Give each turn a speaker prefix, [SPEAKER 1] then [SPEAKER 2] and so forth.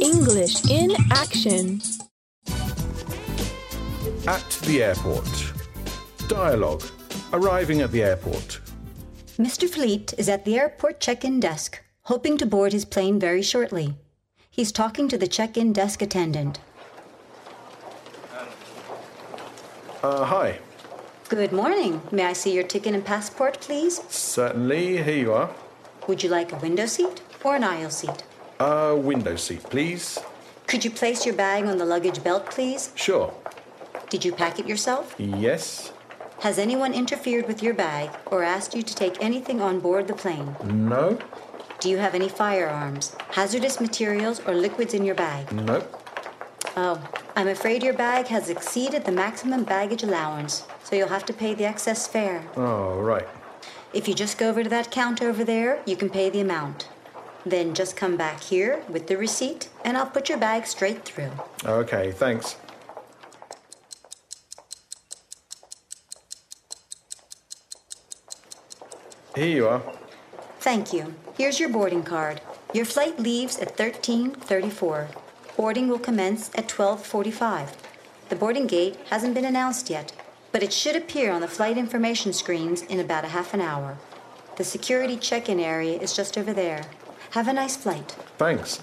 [SPEAKER 1] English in action.
[SPEAKER 2] At the airport. Dialogue. Arriving at the airport.
[SPEAKER 3] Mr. Fleet is at the airport check in desk, hoping to board his plane very shortly. He's talking to the check in desk attendant.
[SPEAKER 2] Uh, hi.
[SPEAKER 3] Good morning. May I see your ticket and passport, please?
[SPEAKER 2] Certainly, here you are.
[SPEAKER 3] Would you like a window seat or an aisle seat?
[SPEAKER 2] Uh, window seat, please.
[SPEAKER 3] Could you place your bag on the luggage belt, please?
[SPEAKER 2] Sure.
[SPEAKER 3] Did you pack it yourself?
[SPEAKER 2] Yes.
[SPEAKER 3] Has anyone interfered with your bag or asked you to take anything on board the plane?
[SPEAKER 2] No.
[SPEAKER 3] Do you have any firearms, hazardous materials, or liquids in your bag?
[SPEAKER 2] Nope.
[SPEAKER 3] Oh, I'm afraid your bag has exceeded the maximum baggage allowance, so you'll have to pay the excess fare.
[SPEAKER 2] Oh, right.
[SPEAKER 3] If you just go over to that counter over there, you can pay the amount. Then just come back here with the receipt, and I'll put your bag straight through.
[SPEAKER 2] Okay, thanks. Here you are.
[SPEAKER 3] Thank you. Here's your boarding card. Your flight leaves at 13:34. Boarding will commence at 12:45. The boarding gate hasn't been announced yet, but it should appear on the flight information screens in about a half an hour. The security check-in area is just over there. Have a nice flight.
[SPEAKER 2] Thanks.